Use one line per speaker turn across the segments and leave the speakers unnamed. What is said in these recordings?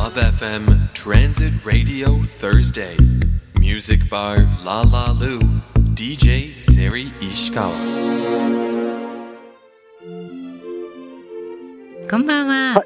FM Transit Radio Thursday. Music bar La La Lu. DJ Seri Ishikawa.
こんばんは。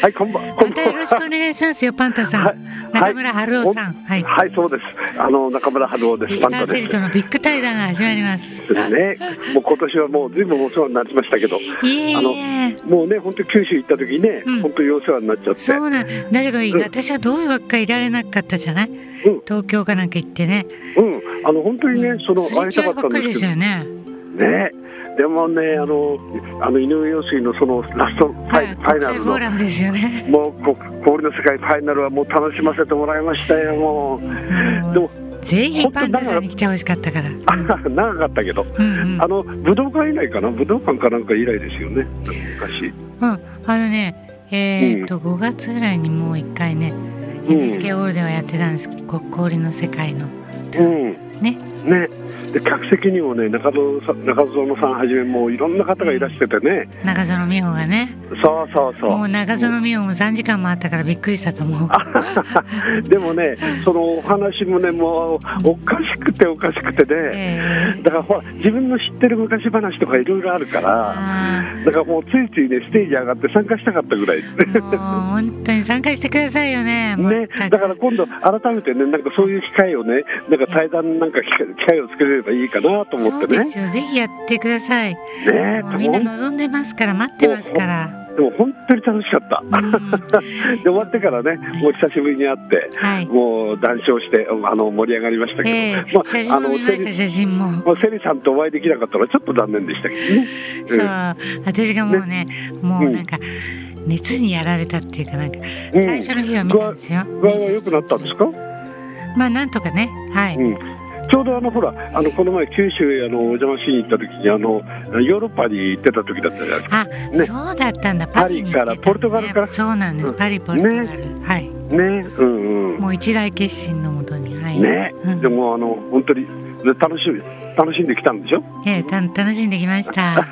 はい、こんばんこ
ま
んば
たよ
ん
ろしくお願いしますよ、パンタさん。中村春夫さん。はい。
はい、そうです。あの、中村春夫です。
石
パン
川セ
ダで
リ
す。
とのビッグ対談が始まります。
ですね。もう今年はもう随分お世話になりましたけど、
いえ
あ
い
の
え。
もうね、本当九州行った時ね、
うん
本当にお世話になっちゃって。
そうなんだけど、
ん
私はどういうわけかいられなかったじゃない、
ん
東京かなんか行ってね。
うん、あの本当にね、その
すれ
会いた
違
か
い
っ
ば
た
っ
ん
かり
で
ですす
けど
よね。
ね。でもね、あの、あの井上陽水のそのラストフ
は
ァイ,、
い、
ファイ
国
ナ
際フ
ル
ォー
の。
ラムですよね。
もうこ氷の世界ファイナルはもう楽しませてもらいましたよ、もう。でも、
ぜひ
本当
パンタさんに来てほしかったから。
あ長かったけど、
うんうん
あの武道館以来かな、武道館かなんか以来ですよね、昔。
うん、あのね、えーっと、5月ぐらいにもう一回ね、
うん
NHK ホールではやってたんですけど、こ氷の世界のツアー
うん、
ね
ねで客席にもね中園さん中園さんはじめもういろんな方がいらしててね、
中園美穂がね、
そうそうそう
もう中園美穂も3時間もあったからびっくりしたと思う。
でもねそのお話もねもうおかしくておかしくてね、
えー
だからほら自分の知ってる昔話とかいろいろあるから
あ
だからもうついついねステージ上がって参加したかったぐらいですね
ーもう本当に参加してくださいよね。もう
ね、だから今度改めてねなんかそういう機会をねなんか対談なんか機会機会を作れればいいかなと思
そ
っ
うで
てね
すよ。ぜひやってください。
ね
もうみんな望んでますから、待ってますから。
でも本当に楽しかった
うんは
で終わってからね、もう久しぶりに会って、
い。
もう談笑して、あの盛り上がりましたけど、
ええ
まあ
写真も見ました、
セ
写真も。
リまあセリさんとお会いできなかったのはちょっと残念でしたけどね。
そう、私がもうね、もううんなんか、熱にやられたっていうか、なんか、
うん
最初の日は見たんですよ。
具合は良くなったんですか、
まあ、なんとかね、はい。
うん、ちょうどあのほらあのこの前九州へあのお邪魔しに行った時にあのヨーロッパに行ってた時だったじゃないですか
あ、
ね
そうだったんだ、
パ
パ
リ
リに行ってたんだね、
からポルトガルから
そうなんです、
うん
パリ、ポルトガル。はい。
ねうんうん
もう一大決心のもとに、はい。
ね、
うん
でもあの本当に、ね、楽しみ楽しんできたんでしょ、
ええた楽しんできま した。はい。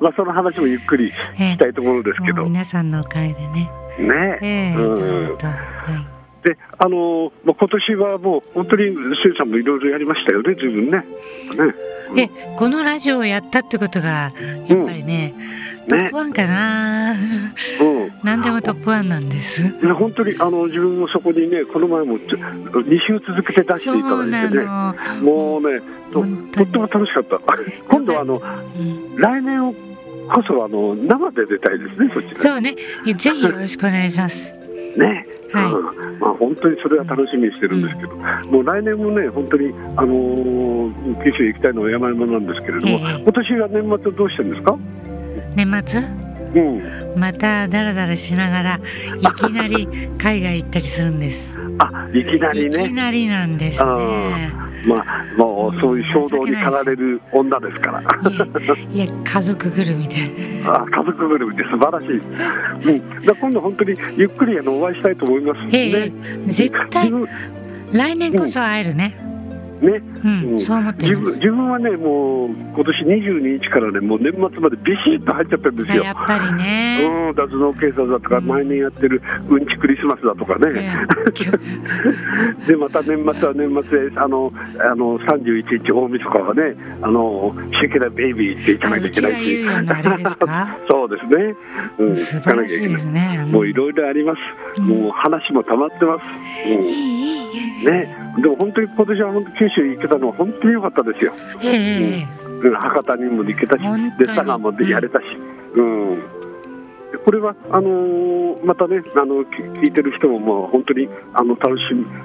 まあ、その話もゆっくりし
ええ
たいところですけ
もう
どね
皆さんのおかげでね。ええ
うん
いろ
う
い
ん
ろと。はい。
で、あのーまあ、今年はもう本当にせいさんもいろいろやりましたよね、自分ね。ねうん
で、このラジオをやったってことが、やっぱりね、トップワンかな。
うん
何でもトップワンなんです。
いや本当にあの自分もそこにね、この前もちょ2週続けて出して
そ
いた
う
だ
ない
てね、
の。
もうねと、
本当
とっ
に
ても楽しかった。今度はあの
うん
来年をこそあの生で出たいですね、そっち
そうね、ぜひよろしくお願いします。
らね。
はい
うんまあ、本当にそれは楽しみにしてるんですけど、もう来年もね、本当に、あのー九州へ行きたいのは山々なんですけれども、
ええ
今年は年末どうしてるんですか、
年末、
うん、
またダラダラしながら、いきなり海外行ったりするんです。
あいきなり
いき
ね、
なりなんですね。
まあ、もうそういう衝動に駆られる女ですから、
いや、いや家族ぐるみで。
あ家族ぐるみで素晴らしい、うん、だから今度、本当にゆっくりあのお会いしたいと思いますん
ええ
で、ね、
絶対
自、分
来年こそ会えるね。
ね
うん、
うん
そう思ってい
自
ま
分
す。
自分はね、もう今年22日からね、もう年末までビシッと入っちゃってるんですよ
や。っぱりね。
うん、脱脳警察だとか、
うん
毎年やってるうんちクリスマスだとか
ええ
ね、でまた年末は年末で、あのあの31日、大晦日はね、あのシェケラベイビーって言っ
あ
てな
の
いと
う
いけ
ち
な
が
い
言う
し、
ようなあれですか
そうですね、うん、
素晴らしいですね。あの
もういろいろありま
う
す、
ん
もう話も溜まってます、うん
いい、いい、いい。
ね、でも本当に今年は本当九州行けたのは本当に良かったですよ、
ええええ
うん博多にも行けたし
本当、に
で佐賀もでやれたし。うんでこれはあのーまたね、あのき聞いてる人ももう本当にあの楽し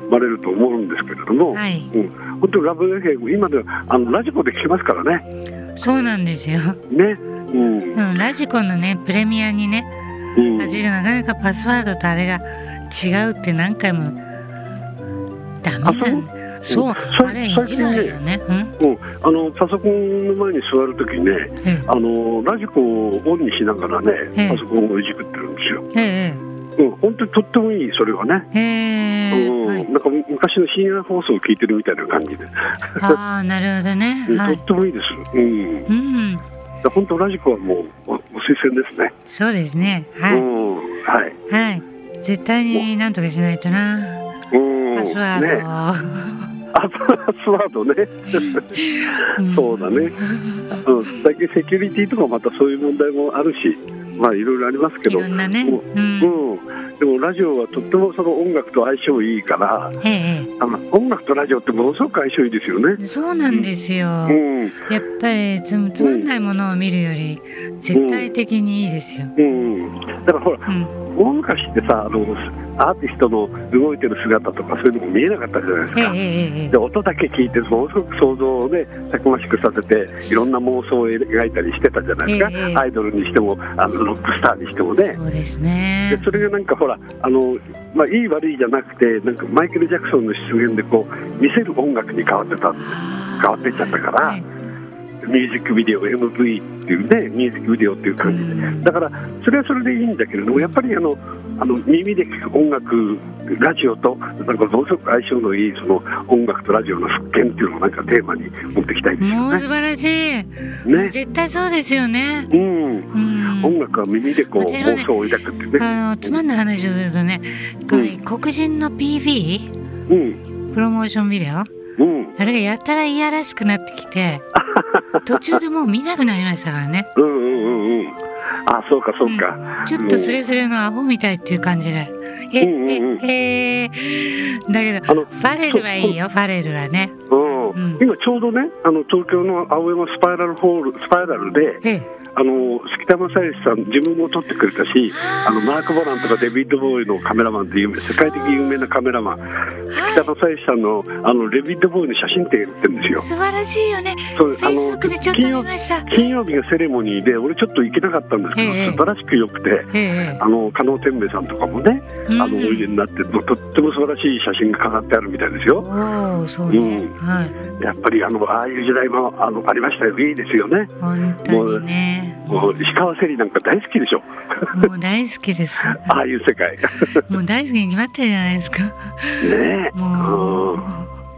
まれると思うんですけれども、
はい、
うん、本当にラブ FM、今ではあのラジコで聞けますからね、
そうなんですよ。
ね、うん、
うん、ラジコのね、プレミアにね、
うん、
私がなかなかパスワードとあれが違うって何回も、ダメなんだ。そう、
そうそ
あれ意地悪よね。うん
うんあのパソコンの前に座るときにね、
ええ
あのラジコをオンにしながら
ええ
ね、パソコンをいじくってるんですよ。
え
うん、本当にとってもいい、それはね。
え、ええ、ええ
うん
はい。
なんか昔の深夜放送を聞いてるみたいな感じで、
ああ、なるほどね。
うん
は
と
い
っ。てもいいです。うん、
うん、
本当ラジコはもうおお推薦ですね。
そうですね。は
うん、はい。
い、はい。絶対になんとかしないとな。
うん
パスワ
ね
ー
あパスワードね、
ドを。ん
そうだね。うん、だけセキュリティとかまたそういう問題もあるし、まあいろいろありますけ
い
ど、
ろんなね。
も
う。
うんん、でもラジオはとってもその音楽と相性いいから、
ええ
あの音楽とラジオってものすごく相性いいですよね
え。え。そうなんですよ。
うん
やっぱりつむつまんないものを見るより絶対的にいいですよ。
うん、だからほら
うん。
大昔ってさあのアーティストの動いてる姿とかそういうのも見えなかったじゃないです
ええ
か、
えええ
で音だけ聞いてものすごく想像をねたくましくさせていろんな妄想を描いたりしてたじゃないですか、
ええ
アイドルにしてもあのロックスターにしても
え。
ね
そうです
で
ね。
それがなんかほらあの、まあ、いい悪いじゃなくてなんかマイケル・ジャクソンの出現でこう見せる音楽に変わってた変
変
わってっちゃったからミュージックビデオ MV っていうねミュージックビデオっていう感じでだからそれはそれでいいんだけれどもやっぱりあのあの耳で聞く音楽ラジオとなんかものすごく相性のいいその音楽とラジオの復権っていうのをなんかテーマに持っていきたいで
もう
す
素晴らしい。
よね。ね
絶対そうですよね。
うん
うん。
音楽は耳でこう
私はね
妄想を抱くっていうね。
あのつまんない話をするとね、
うん
黒人の PV
うん
プロモーションビデオあ
うん
れがやたらいやらしくなってき て途中でもう見なくなりましたからね
うんうんうんうん。あそうかそうか。
ちょっとスレスレのアホみたいっていう感じでへ
うんうんうん
へへだけど
あの
ファレルはいいよファレルはね
うん
うん
今ちょうどねあの東京の青山スパイラルホールスパイラルで。
ええ
あの関田正義さん、自分も撮ってくれたし、あのマーク・ボランとかデビッド・ボーイのカメラマンで有名、世界的有名なカメラマン、
は
北正義さんのあのデビッド・ボーイの写真展やってるんです
い
よ。
素晴らしいよね
そう
フ
あ
ェイスブ
の
ックでちょっと
金
見
曜
ました
金曜日がセレモニーで、俺ちょっと行けなかったんですけど、
ええ
素晴らしく良くて、
ええ
あの加納天明さんとかもね、
う
あ
ん
のおいでになって、とっても素晴らしい写真が飾ってあるみたいですよ。
おおそうね、
うん
はい
やっぱりあのああいう時代もあのありましたよ、いいですよね。
本当にね
もう石川セリなんか大好きでしょ、
もう大好き です
ああいう世界。ね
もう大好きに決まってるじゃないですか。
え。
もう。
うん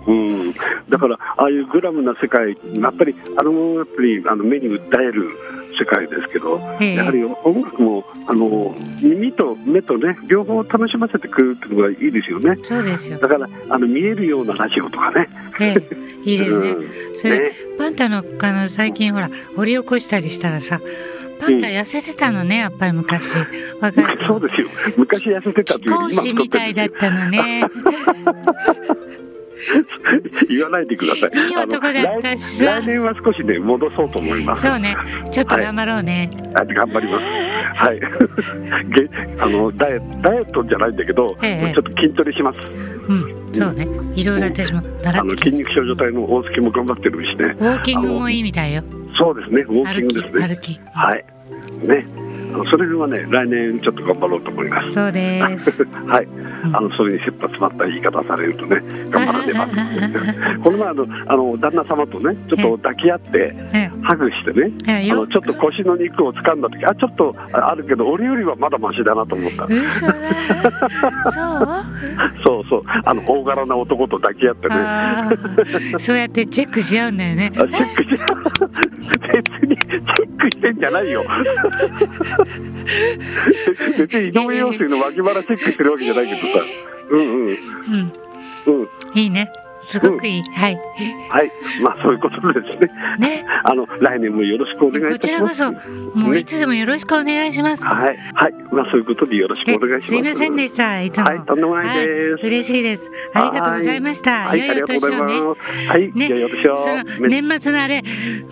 うん、だから、ああいうグラムな世界、やっぱり、あのやっぱりあの目に訴える世界ですけど、
ええ
やはり音楽もあの耳と目とね、両方楽しませてくれるっていうのがいいですよね。
そうですよ。
だからあの見えるようなラジオとかね。
ええ、いいですね。
うん
それ、パンタの、あの、最近ほら、掘り起こしたりしたらさ、パンタ痩せてたのね、やっぱり 昔。若い
ね、そうですよ。昔痩せてたとい
貴
うよ
公
り
子
今太っ
みた
て
いだっ
る。
たのね。
言わないでください。
いい男だったし
あ
さ
の来来年は少しね戻そうと思います。
そうね。ちょっと頑張ろうね。
あ頑張ります。はい。 げあのダイエダイエットじゃないんだけど、
ええ
ちょっと筋トレします。
うん。そうね。いろいろ私も習
あ
っ
の
て
筋
き
肉症状体の大月も頑張ってるしね。
た。ウォーキングもいいみたいよ。
そうですね。ウォーキン
歩き、
グですね。
歩き。
はい。ね。あのそれはね来年ちょっと頑張ろうと思います。
そうです。
はい。 あのそれに切羽詰まった言い方されるとね頑張ら ねばって言って。この前あのあの旦那様とねちょっと抱き合って
え
ハグしてね。
え、
あの
よ
ちょっと腰の肉を掴んだ時あちょっとああるけど俺よりはまだマシだなと思った
嘘だ。そう
そうそう、あの大柄な男と抱き合ってね。あ
あーそうやってチェックし合うんだよね。
チェックし別にチェックしてんじゃないよ別に井上陽水の脇腹チェックしてるわけじゃないけどさうんうん
うん、
うん
いいね。すごくいい。はい。
はいまあそういうことですね
ね、
あの来年もよろしくお願い
こ
いた
ちら
し
こ
ます
そ、もういつでもよろしくお願いします。
はいはいまあそういうことでよろしく
え
お願いします
すいませんでした、いつも。
はいとんでもないです
はい嬉しいです。ありがとうございました。
はいい
よい
あり
よ
がとうござ
年
い
をね。
ますはい
ね
いやよろしく
その年末のあれ、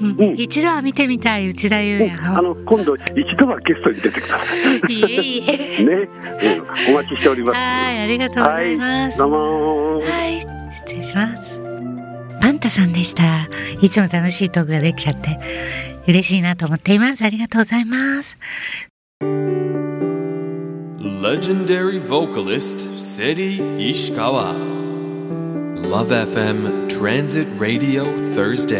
うん
うん
一度は見てみたい内田
う
裕
ん
也
あ
の。
の今度一度はゲストに出てくださいね、
いえいえ。
うん、お待ちしております
はい、ありがとうございます。
どうもー
はい、失礼します。パンタさんでした。いつも楽しいトークができちゃって、嬉しいなと思っています。ありがとうございます。
Legendary vocalist Seri Ishikawa. Love FM Transit Radio Thursday.